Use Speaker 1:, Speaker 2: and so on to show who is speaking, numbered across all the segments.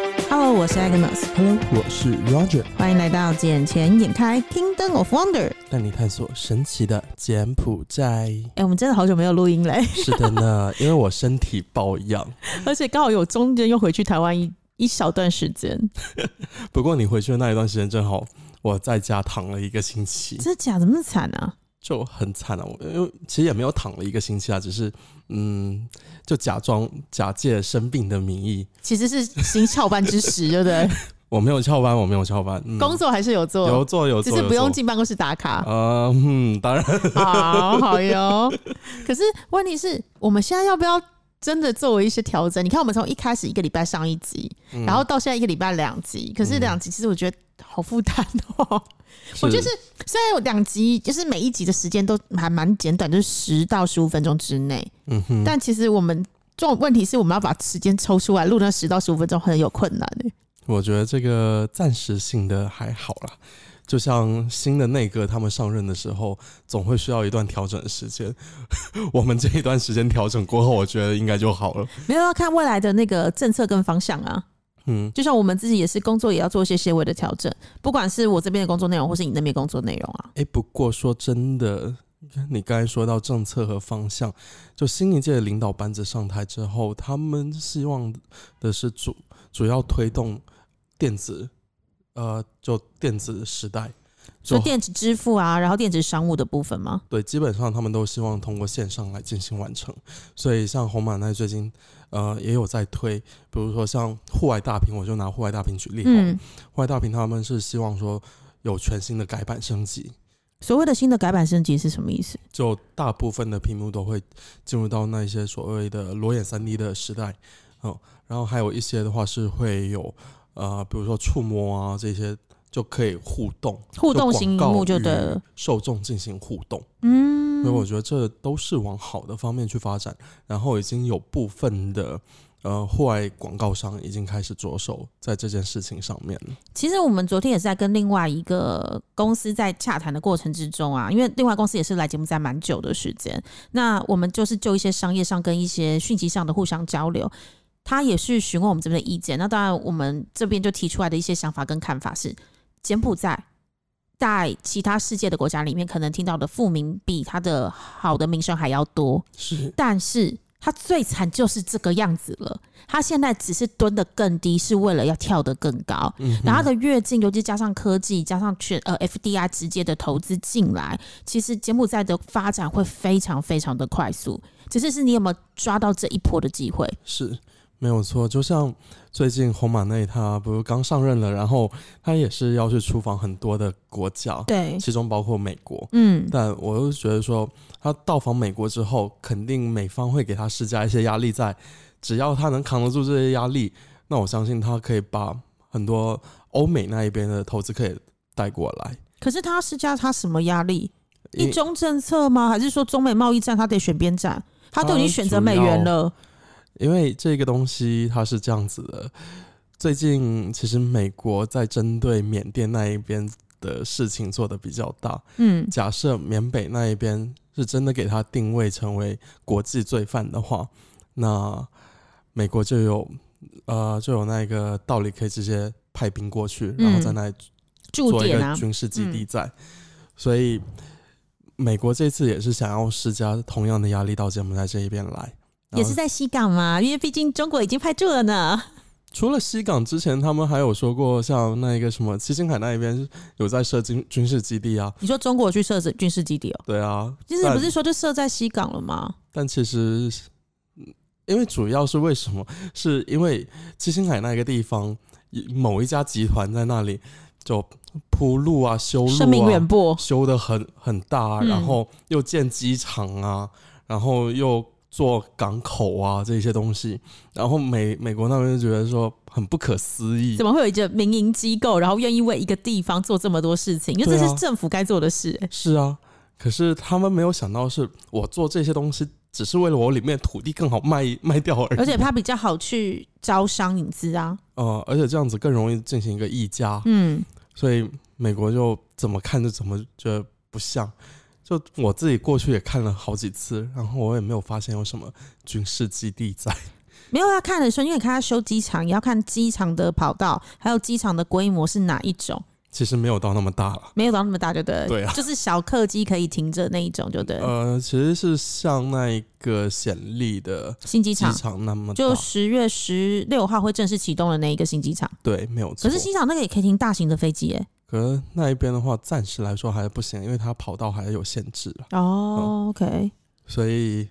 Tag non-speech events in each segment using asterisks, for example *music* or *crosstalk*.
Speaker 1: 我是 Agnes，
Speaker 2: Hello，我是 Roger，
Speaker 1: 欢迎来到《眼前眼开 Kingdom of Wonder》。
Speaker 2: 带你探索神奇的柬埔寨。
Speaker 1: 哎，我们真的好久没有录音嘞， *laughs*
Speaker 2: 是的呢，因为我身体抱恙。
Speaker 1: 而且刚好有中间又回去台湾一一小段时间，
Speaker 2: 不过你回去的那一段时间正好我在家躺了一个星期，
Speaker 1: 真的假的？那么惨啊！
Speaker 2: 就很惨啊。我因为其实也没有躺了一个星期啊，只是嗯，就假装假借生病的名义，
Speaker 1: 其实是行翘班之时，对不对？
Speaker 2: 我没有翘班，我没有翘班，嗯、
Speaker 1: 工作还是有做，
Speaker 2: 有做有
Speaker 1: 只
Speaker 2: 做，
Speaker 1: 是不用
Speaker 2: 有做。
Speaker 1: 进办公室打卡。
Speaker 2: 呃，嗯，当然，
Speaker 1: 好好哟。可是问题是我们现在要不要真的作为一些调整？你看，我们从一开始一个礼拜上一集，
Speaker 2: 嗯
Speaker 1: 然后到现在一个礼拜两集，可是
Speaker 2: 嗯
Speaker 1: 两集其实我觉得好负担哦。我就是虽然有两集，就是每一集的时间都还蛮简短，就是十到十五分钟之内，
Speaker 2: 嗯哼，
Speaker 1: 但其实我们。这种问题是我们要把时间抽出来录那十到十五分钟很有困难欸
Speaker 2: 我觉得这个暂时性的还好啦，就像新的内阁他们上任的时候，总会需要一段调整的时间。 *laughs* 我们这一段时间调整过后，我觉得应该就好了。
Speaker 1: 没有要看未来的那个政策跟方向啊。
Speaker 2: 嗯，
Speaker 1: 就像我们自己也是工作也要做一些些微的调整，不管是我这边的工作内容，或是你那边工作内容啊。
Speaker 2: 诶，不过说真的，你刚才说到政策和方向，就新一届的领导班子上台之后，他们希望的是主主要推动电子，呃，就电子时代，
Speaker 1: 说
Speaker 2: 就
Speaker 1: 电子支付啊，然后电子商务的部分吗？
Speaker 2: 对，基本上他们都希望通过线上来进行完成。所以像红马奈最近呃也有在推，比如说像户外大屏，我就拿户外大屏举例好了。
Speaker 1: 嗯，
Speaker 2: 户外大屏他们是希望说有全新的改版升级，
Speaker 1: 所谓的新的改版升级是什么意思？
Speaker 2: 就大部分的屏幕都会进入到那一些所谓的裸眼三 D 的时代，嗯，然后还有一些的话是会有呃，比如说触摸啊这些就可以互动，
Speaker 1: 互动
Speaker 2: 就
Speaker 1: 型
Speaker 2: 广
Speaker 1: 荧
Speaker 2: 告
Speaker 1: 幕就
Speaker 2: 与
Speaker 1: 对了。
Speaker 2: 受众进行互动。
Speaker 1: 嗯
Speaker 2: 所以我觉得这都是往好的方面去发展。然后已经有部分的呃户外广告商已经开始着手在这件事情上面了。
Speaker 1: 其实我们昨天也是在跟另外一个公司在洽谈的过程之中啊，因为另外公司也是来节目在蛮久的时间，那我们就是就一些商业上跟一些讯息上的互相交流。他也是询问我们这边的意见，那当然我们这边就提出来的一些想法跟看法是，柬埔寨在其他世界的国家里面，可能听到的负名比它的好的名声还要多，
Speaker 2: 是，
Speaker 1: 但是它最惨就是这个样子了。它现在只是蹲得更低，是为了要跳得更高。
Speaker 2: 嗯哼，
Speaker 1: 然后它的跃进，尤其加上科技，加上全呃 FDI 直接的投资进来，其实柬埔寨的发展会非常非常的快速。只是是你有没有抓到这一波的机会？
Speaker 2: 是没有错。就像最近红马内他不是刚上任了，然后他也是要去出访很多的国家，
Speaker 1: 对，
Speaker 2: 其中包括美国。
Speaker 1: 嗯，
Speaker 2: 但我又觉得说，他到访美国之后，肯定美方会给他施加一些压力在，只要他能扛得住这些压力，那我相信他可以把很多欧美那一边的投资可以带过来。
Speaker 1: 可是他施加他什么压力？
Speaker 2: 因
Speaker 1: 一中政策吗？还是说中美贸易战他得选边站？他都已经选择美元了，
Speaker 2: 因为这个东西它是这样子的，最近其实美国在针对缅甸那一边的事情做的比较大。
Speaker 1: 嗯，
Speaker 2: 假设缅北那一边是真的给他定位成为国际罪犯的话，那美国就有呃就有那一个道理可以直接派兵过去，然后在那里
Speaker 1: 驻
Speaker 2: 做
Speaker 1: 嗯
Speaker 2: 一
Speaker 1: 点
Speaker 2: 个
Speaker 1: 啊，
Speaker 2: 军事基地在。所以美国这次也是想要施加同样的压力到柬埔寨这一边来，呃
Speaker 1: 也是在西港嘛，因为毕竟中国已经派驻了呢。
Speaker 2: 除了西港之前，他们还有说过，像那一个什么七星海那一边有在设军军事基地啊，
Speaker 1: 你说中国去设置军事基地哦、
Speaker 2: 对啊。
Speaker 1: 其实
Speaker 2: 但
Speaker 1: 不是说就设在西港了吗？
Speaker 2: 但其实，嗯因为主要是为什么？是因为七星海那个地方，一某一家集团在那里就铺路啊、修
Speaker 1: 声
Speaker 2: 路
Speaker 1: 名
Speaker 2: 啊
Speaker 1: 远，播，
Speaker 2: 修的很很大啊、
Speaker 1: 嗯
Speaker 2: 然后又建机场啊，然后又做港口啊这些东西，然后美美国那边就觉得说很不可思议
Speaker 1: 怎，么会有一个民营机构，然后愿意为一个地方做这么多事情？因为这
Speaker 2: 对啊
Speaker 1: 是政府该做的事、欸
Speaker 2: 是啊，可是他们没有想到是我做这些东西，只是为了我里面的土地更好卖卖掉而已。
Speaker 1: 而且它比较好去招商引资啊。
Speaker 2: 呃，而且这样子更容易进行一个溢价，
Speaker 1: 嗯，
Speaker 2: 所以美国就怎么看就怎么觉得不像。就我自己过去也看了好几次，然后我也没有发现有什么军事基地在。
Speaker 1: 没有要看的时候，因为你看他修机场，也要看机场的跑道，还有机场的规模是哪一种，
Speaker 2: 其实没有到那么大了。
Speaker 1: 没有到那么大就对了。
Speaker 2: 对啊
Speaker 1: 就是小客机可以停着那一种就对了。
Speaker 2: 呃，其实是像那一个显利的
Speaker 1: 新机
Speaker 2: 机
Speaker 1: 场
Speaker 2: 场那么大，
Speaker 1: 就十月十六号会正式启动的那一个新机场，
Speaker 2: 对，没有错。
Speaker 1: 可是新机场那个也可以停大型的飞机欸耶、
Speaker 2: 可是那一边的话，暂时来说还不行，因为它跑道还有限制了。
Speaker 1: 哦、o k
Speaker 2: 所以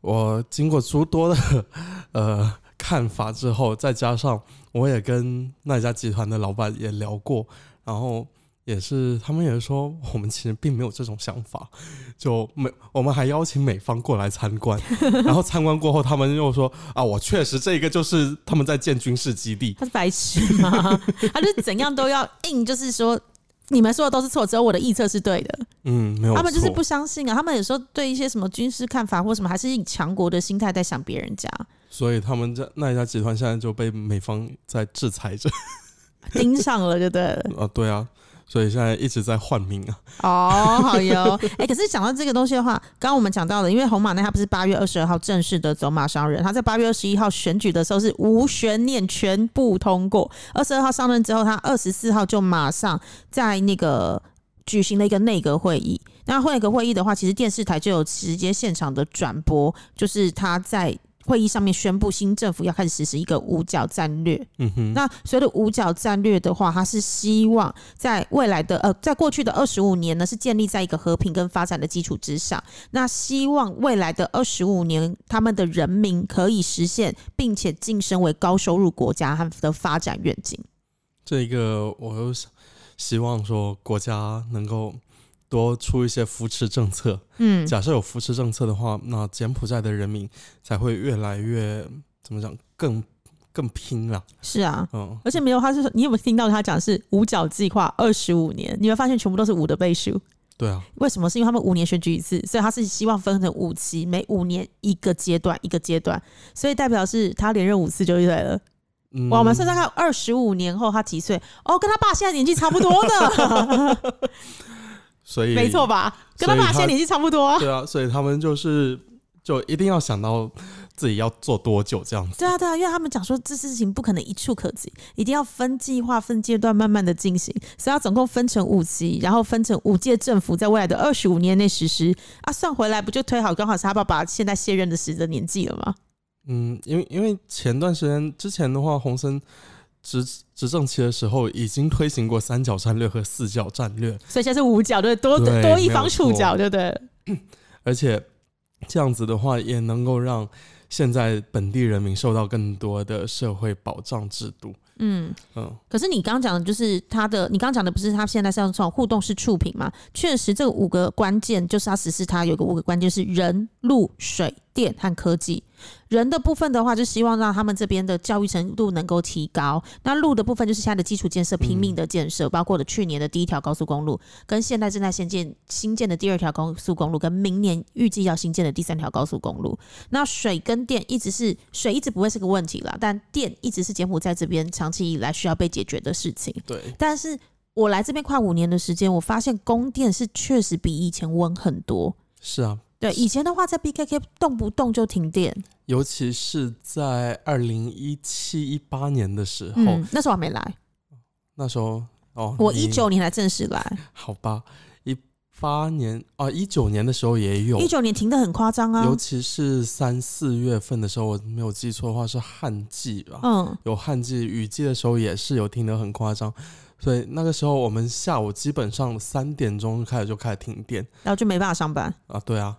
Speaker 2: 我经过诸多的呃看法之后，再加上我也跟那家集团的老板也聊过，然后也是他们也是说，我们其实并没有这种想法， *laughs* 就美我们还邀请美方过来参观， *laughs* 然后参观过后，他们又说啊，我确实这个就是他们在建军事基地，
Speaker 1: 他是白痴吗？
Speaker 2: *laughs*
Speaker 1: 他就是怎样都要硬，就是说你们说的都是错，只有我的臆测是对的。
Speaker 2: 嗯，没有
Speaker 1: 他们就是
Speaker 2: 错
Speaker 1: 不相信啊，他们有时候对一些什么军事看法或什么，还是以强国的心态在想别人家，
Speaker 2: 所以他们这那一家集团现在就被美方在制裁着 *laughs*
Speaker 1: 盯上了，就对了。
Speaker 2: 啊，对啊，所以现在一直在换名啊，
Speaker 1: 哦，好哟。 *laughs* 哎、可是讲到这个东西的话，刚刚我们讲到了，因为红马奈他不是八月二十二号正式的走马上任，他在八月二十一号选举的时候是无悬念全部通过，二十二号上任之后，他二十四号就马上在那个举行了一个内阁会议。那会阁会议的话，其实电视台就有直接现场的转播，就是他在。会议上面宣布，新政府要开始实施一个五角战略。
Speaker 2: 嗯哼。
Speaker 1: 那所谓的五角战略的话，它是希望在未来的呃，在过去的二十五年呢，是建立在一个和平跟发展的基础之上。那希望未来的二十五年，他们的人民可以实现，并且晋升为高收入国家和的发展愿景。
Speaker 2: 这个我又想希望说国家能够多出一些扶持政策。
Speaker 1: 嗯，
Speaker 2: 假设有扶持政策的话，那柬埔寨的人民才会越来越怎么讲，更更拼了。
Speaker 1: 是啊。
Speaker 2: 嗯，
Speaker 1: 而且没有，他是说你有没有听到他讲是五角计划二十五年？你会发现全部都是五的倍数。
Speaker 2: 对啊，
Speaker 1: 为什么？是因为他们五年选举一次，所以他是希望分成五期，每五年一个阶段一个阶段，所以代表是他连任五次就对了。
Speaker 2: 嗯，
Speaker 1: 哇，我们算算看，二十五年后他几
Speaker 2: *laughs*
Speaker 1: 岁？哦，跟他爸现在年纪差不多的，
Speaker 2: 所以
Speaker 1: 没错。吧？跟他
Speaker 2: 所以
Speaker 1: 爸
Speaker 2: 他
Speaker 1: 现在年纪差不多啊。
Speaker 2: 对啊，所以他们就是就一定要想到自己要做多久这样子。
Speaker 1: 对啊，对啊，因为他们讲说这事情不可能一触可及，一定要分计划、分阶段慢慢的进行，所以要总共分成五期，然后分成五届政府在未来的二十五年内实施。啊，算回来不就推好刚好是他爸爸现在卸任的时的年纪了吗？
Speaker 2: 嗯，因为因为前段时间之前的话，洪森执执政期的时候已经推行过三角战略和四角战略，
Speaker 1: 所以现在是五角，对，多
Speaker 2: 对
Speaker 1: 多一
Speaker 2: 没有
Speaker 1: 方触
Speaker 2: 错
Speaker 1: 角，对不对？
Speaker 2: 而且这样子的话，也能够让现在本地人民受到更多的社会保障制度。
Speaker 1: 嗯，
Speaker 2: 嗯，
Speaker 1: 可是你刚刚讲的就是它的，你刚刚讲的不是它现在是要从互动式触屏嘛？确实，这五个关键就是它实施它有个五个关键是人、路、水、电和科技。人的部分的话，就希望让他们这边的教育程度能够提高；那路的部分就是现在的基础建设拼命的建
Speaker 2: 嗯
Speaker 1: 设，包括了去年的第一条高速公路，跟现在正在新建新建的第二条高速公路，跟明年预计要新建的第三条高速公路。那水跟电一直是水一直不会是个问题啦，但电一直是柬埔寨这边长期以来需要被解决的事情。
Speaker 2: 对，
Speaker 1: 但是我来这边快五年的时间，我发现供电是确实比以前温很多。
Speaker 2: 是啊，
Speaker 1: 对，以前的话在 BKK 动不动就停电，
Speaker 2: 尤其是在二零一七一八年的时候，
Speaker 1: 嗯，那时候还没来，
Speaker 2: 那时候哦，
Speaker 1: 我
Speaker 2: 你
Speaker 1: 一九年才正式来，
Speaker 2: 好吧，一八年啊，一九年的时候也有
Speaker 1: 一。九年停的很夸张啊
Speaker 2: 尤，其是三四月份的时候，我没有记错的话是旱季吧？
Speaker 1: 嗯，
Speaker 2: 有旱季、雨季的时候也是有停得很夸张，所以那个时候我们下午基本上三点钟开始就开始停电
Speaker 1: 然后就没办法上班。
Speaker 2: 啊，对啊，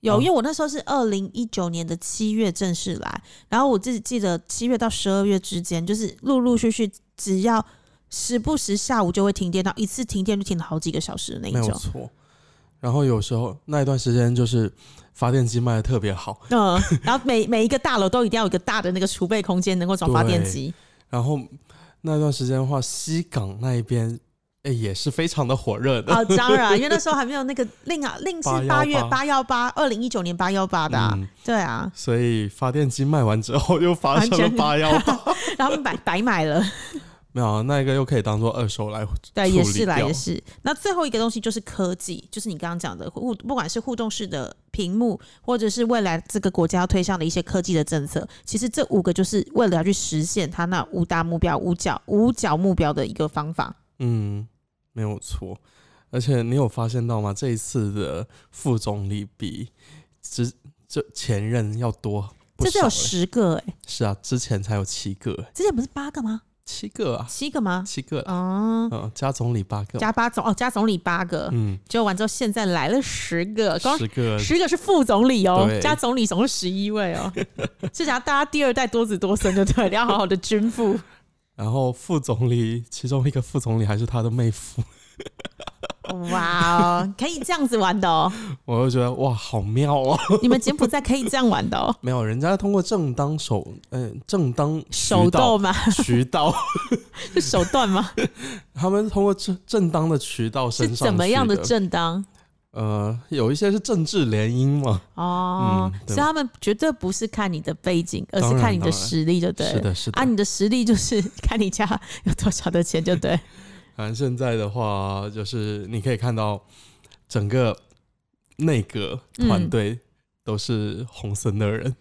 Speaker 1: 有，
Speaker 2: 哦
Speaker 1: 因为我那时候是二零一九年的七月正式来，然后我自己记得七月到十二月之间，就是陆陆续续，只要时不时下午就会停电，到一次停电就停了好几个小时的那
Speaker 2: 没
Speaker 1: 一
Speaker 2: 有
Speaker 1: 种。
Speaker 2: 错。然后有时候那一段时间就是发电机卖的特别好，
Speaker 1: 嗯，然后每每一个大楼都一定要有一个大的那个储备空间，能够
Speaker 2: *laughs*
Speaker 1: 装发电机。
Speaker 2: 然后那段时间的话，西港那一边哎也是非常的火热的，
Speaker 1: 啊，当然，因为那时候还没有那个令啊令是八月
Speaker 2: 818
Speaker 1: 八幺八，二零一九年八幺八的啊、
Speaker 2: 嗯
Speaker 1: 对啊，
Speaker 2: 所以发电机卖完之后又发生了
Speaker 1: 完全
Speaker 2: 八幺八，
Speaker 1: 然后他们白白买了。
Speaker 2: 没有啊那一个又可以当做二手来
Speaker 1: 对，
Speaker 2: 处
Speaker 1: 也
Speaker 2: 理
Speaker 1: 是啦，
Speaker 2: 掉
Speaker 1: 也是。那最后一个东西就是科技，就是你刚刚讲的互，不管是互动式的屏幕，或者是未来这个国家要推向的一些科技的政策，其实这五个就是为了要去实现它那五大目标、五角五角目标的一个方法。
Speaker 2: 嗯，没有错。而且你有发现到吗？这一次的副总理比之这前任要多不
Speaker 1: 这
Speaker 2: 少
Speaker 1: 是有
Speaker 2: 欸、
Speaker 1: 十个哎、
Speaker 2: 是啊，之前才有七个欸，
Speaker 1: 之前不是八个吗？
Speaker 2: 七个啊，
Speaker 1: 七个吗？
Speaker 2: 七个啊，
Speaker 1: 哦、
Speaker 2: 嗯，加总理八个，
Speaker 1: 加八总哦，加总理八个，
Speaker 2: 嗯，
Speaker 1: 就完之后现在来了十个，光
Speaker 2: 十个，
Speaker 1: 呃十个是副总理哦，
Speaker 2: 对
Speaker 1: 加总理总共十一位哦， *laughs* 至少大家第二代多子多孙就对了，要好好的均富。
Speaker 2: 然后副总理其中一个副总理还是他的妹夫，
Speaker 1: 哇哦，可以这样子玩的
Speaker 2: *laughs*
Speaker 1: 哦，
Speaker 2: 我就觉得哇，好妙哦。
Speaker 1: 你们柬埔寨可以这样玩的哦，
Speaker 2: 没有，人家通过正当手，嗯、正当
Speaker 1: 手
Speaker 2: 道
Speaker 1: 斗吗？ *laughs*
Speaker 2: 渠道， *laughs*
Speaker 1: 是手段吗？
Speaker 2: 他们通过正正当的渠道
Speaker 1: 是
Speaker 2: 升上
Speaker 1: 怎么
Speaker 2: 去
Speaker 1: 样
Speaker 2: 的
Speaker 1: 的正当？
Speaker 2: 呃，有一些是政治联姻嘛，
Speaker 1: 哦，
Speaker 2: 嗯对
Speaker 1: 所以他们绝对不是看你的背景，而
Speaker 2: 当
Speaker 1: 是
Speaker 2: 然
Speaker 1: 看你的
Speaker 2: 当然
Speaker 1: 实力，就对
Speaker 2: 是
Speaker 1: 了。
Speaker 2: 的，是的。
Speaker 1: 啊，你的实力就是 *laughs* 看你家有多少的钱，就对。
Speaker 2: *laughs* 反正现在的话，就是你可以看到整个内阁团队都是红森的
Speaker 1: 嗯
Speaker 2: 人，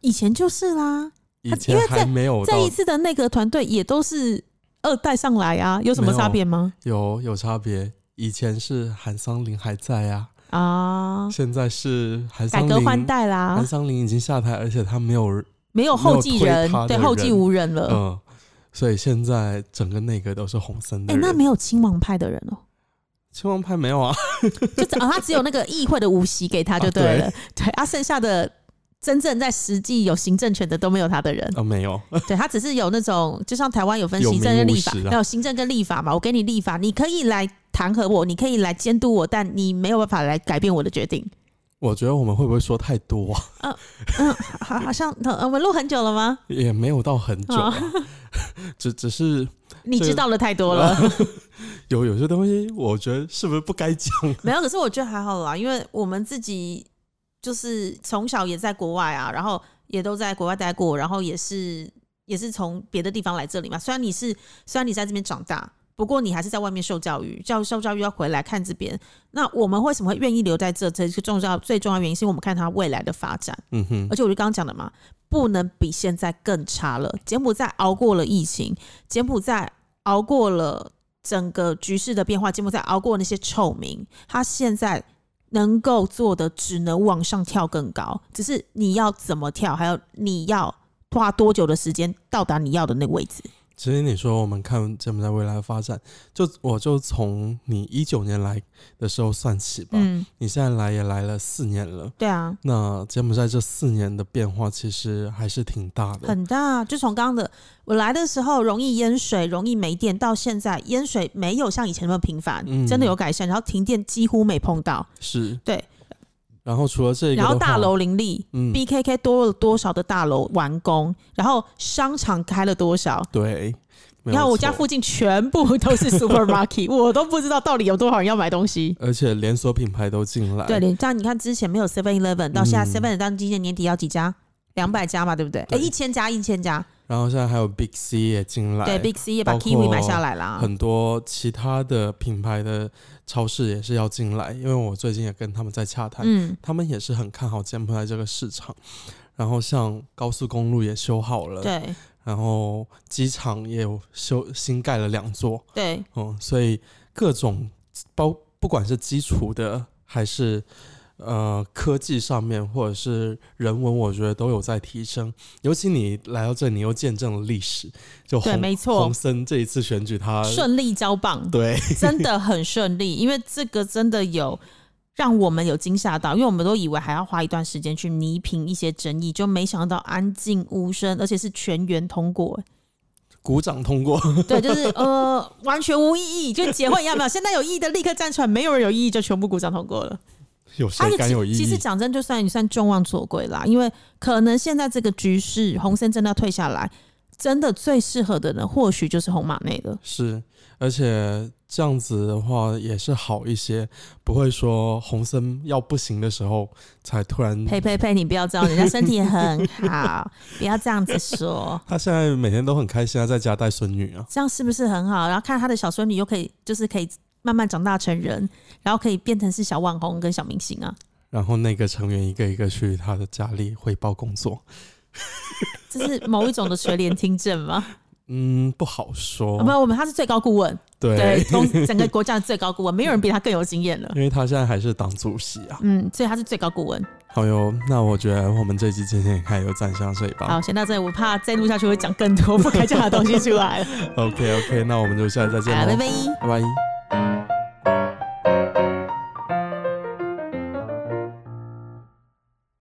Speaker 1: 以前就是啦，
Speaker 2: 以
Speaker 1: 他
Speaker 2: 前
Speaker 1: 因为
Speaker 2: 还没有
Speaker 1: 这
Speaker 2: 到
Speaker 1: 一次的内阁团队也都是二代上来啊，有什么
Speaker 2: 没有
Speaker 1: 差别吗？
Speaker 2: 有有差别。以前是韩桑林还在啊，
Speaker 1: 啊，
Speaker 2: 现在是韩
Speaker 1: 改
Speaker 2: 桑
Speaker 1: 革哦换
Speaker 2: 林，
Speaker 1: 代
Speaker 2: 韩
Speaker 1: 啦，
Speaker 2: 桑林已经下台，而且他没有人，
Speaker 1: 没有后继
Speaker 2: 没有
Speaker 1: 人
Speaker 2: 推他，的
Speaker 1: 对后继
Speaker 2: 人
Speaker 1: 无人了。
Speaker 2: 嗯、所以现在整个内阁都是红森
Speaker 1: 哎、
Speaker 2: 嗯的人。
Speaker 1: 那没有亲王派的人哦、
Speaker 2: 青王派没有啊？
Speaker 1: *laughs* 就只、啊他只有那个议会的五席给他就对了，
Speaker 2: 啊
Speaker 1: 对，啊，剩下的真正在实际有行政权的都没有他的人，
Speaker 2: *laughs* 啊，没有。
Speaker 1: 对他只是有那种，就像台湾有分
Speaker 2: 有
Speaker 1: 行政跟
Speaker 2: 名无
Speaker 1: 立法，
Speaker 2: 实啊
Speaker 1: 那有行政跟立法嘛，我给你立法，你可以来弹劾我，你可以来监督我，但你没有办法来改变我的决定。
Speaker 2: 我觉得我们会不会说太多啊？
Speaker 1: 嗯好，好像呃我们录很久了吗？
Speaker 2: 也没有到很久、啊， *laughs* 只只是
Speaker 1: 你
Speaker 2: 这
Speaker 1: 知道的太哦多了。
Speaker 2: *laughs* 有有些东西，我觉得是不是不该
Speaker 1: *laughs*
Speaker 2: 讲？
Speaker 1: 没有，可是我觉得还好啦，因为我们自己就是从小也在国外啊，然后也都在国外待过，然后也是也是从别的地方来这里嘛。虽然你是虽然你在这边长大，不过你还是在外面受教育，教受教育要回来看这边。那我们为什么会愿意留在这？这是重要最重要原因，是因为我们看它未来的发展。
Speaker 2: 嗯哼，
Speaker 1: 而且我就刚刚讲的嘛，不能比现在更差了。柬埔寨熬过了疫情，柬埔寨熬过了整个局势的变化，柬埔寨熬过那些臭名，他现在能够做的只能往上跳更高，只是你要怎么跳，还有你要花多久的时间到达你要的那个位置。
Speaker 2: 其实你说我们看柬埔寨未来的发展，就我就从你一九年来的时候算起吧。
Speaker 1: 嗯，
Speaker 2: 你现在来也来了四年了，
Speaker 1: 对啊，
Speaker 2: 那柬埔寨这四年的变化其实还是挺大的。
Speaker 1: 很大。啊就从刚刚的我来的时候容易淹水，容易没电，到现在淹水没有像以前那么频繁，
Speaker 2: 嗯
Speaker 1: 真的有改善。然后停电几乎没碰到，
Speaker 2: 是，
Speaker 1: 对。
Speaker 2: 然后除了这个，
Speaker 1: 然后大，楼林立、
Speaker 2: 嗯，
Speaker 1: b k k 多了多少的大楼完工，然后商场开了多少？
Speaker 2: 对，
Speaker 1: 你
Speaker 2: 没有
Speaker 1: 看我家
Speaker 2: 错
Speaker 1: 附近全部都
Speaker 2: *laughs*
Speaker 1: 是 supermarket，我都不知道到底有多少人要买东西。
Speaker 2: 而且连锁品牌都进来，
Speaker 1: 对，连像你看之前没有 Seven Eleven，到现在 Seven 到今年年底要几家？两百家嘛，对不对？哎，
Speaker 2: 嗯对
Speaker 1: 一千家，一千家。
Speaker 2: 然后现在还有 Big C 也进来，
Speaker 1: 对，Big C 也把
Speaker 2: 包括
Speaker 1: Kiwi 买下来啦。
Speaker 2: 很多其他的品牌的超市也是要进来，因为我最近也跟他们在洽谈，
Speaker 1: 嗯，
Speaker 2: 他们也是很看好柬埔寨这个市场。然后像高速公路也修好了，
Speaker 1: 对
Speaker 2: 然后机场也有修新盖了两座，
Speaker 1: 对，
Speaker 2: 嗯，所以各种包不管是基础的还是呃科技上面或者是人文，我觉得都有在提升。尤其你来到这里，你又见证了历史，就
Speaker 1: 对
Speaker 2: 洪
Speaker 1: 没错
Speaker 2: 洪森这一次选举他
Speaker 1: 顺利交棒。
Speaker 2: 对，
Speaker 1: 真的很顺利， *laughs* 因为这个真的有让我们有惊吓到，因为我们都以为还要花一段时间去弥平一些争议，就没想到安静无声，而且是全员通
Speaker 2: *laughs*
Speaker 1: 过。
Speaker 2: 鼓掌
Speaker 1: *laughs*
Speaker 2: 通过，
Speaker 1: 对，就是呃，完全无意义，就结婚一样没有。现在有意义的立刻站出来，没有人有意义就全部鼓掌通过了。
Speaker 2: 有
Speaker 1: 而
Speaker 2: 谁
Speaker 1: 且
Speaker 2: 敢有异
Speaker 1: 其实
Speaker 2: 议？
Speaker 1: 讲真，就算你算众望所归啦，因为可能现在这个局势，洪森真的要退下来，真的最适合的人或许就是红马内了。
Speaker 2: 是，而且这样子的话也是好一些，不会说洪森要不行的时候才突然。
Speaker 1: 呸呸呸！你不要这样，人家身体
Speaker 2: *laughs*
Speaker 1: 很好，不要这样子说。
Speaker 2: 他现在每天都很开心啊，在家带孙女啊，
Speaker 1: 这样是不是很好？然后看他的小孙女又可以，就是可以慢慢长大成人，然后可以变成是小网红跟小明星啊。
Speaker 2: 然后那个成员一个一个去他的家里汇报工作。
Speaker 1: 这是某一种的垂帘听政吗？
Speaker 2: 嗯，不好说。
Speaker 1: 没有，我们他是最高顾问，啊对，
Speaker 2: 对，
Speaker 1: 公整个国家的最高顾问，没有人比他更有经验了。
Speaker 2: 因为他现在还是党主席啊。
Speaker 1: 嗯，所以他是最高顾问。
Speaker 2: 好哟，那我觉得我们这集今天也开始就暂向这里吧。
Speaker 1: 好，先到这里，我怕再录下去会讲更多不该讲的东西出来了。
Speaker 2: OK *laughs* OK，那我们就下次再见
Speaker 1: 好，拜
Speaker 2: 喽，
Speaker 1: 拜。
Speaker 2: 拜拜。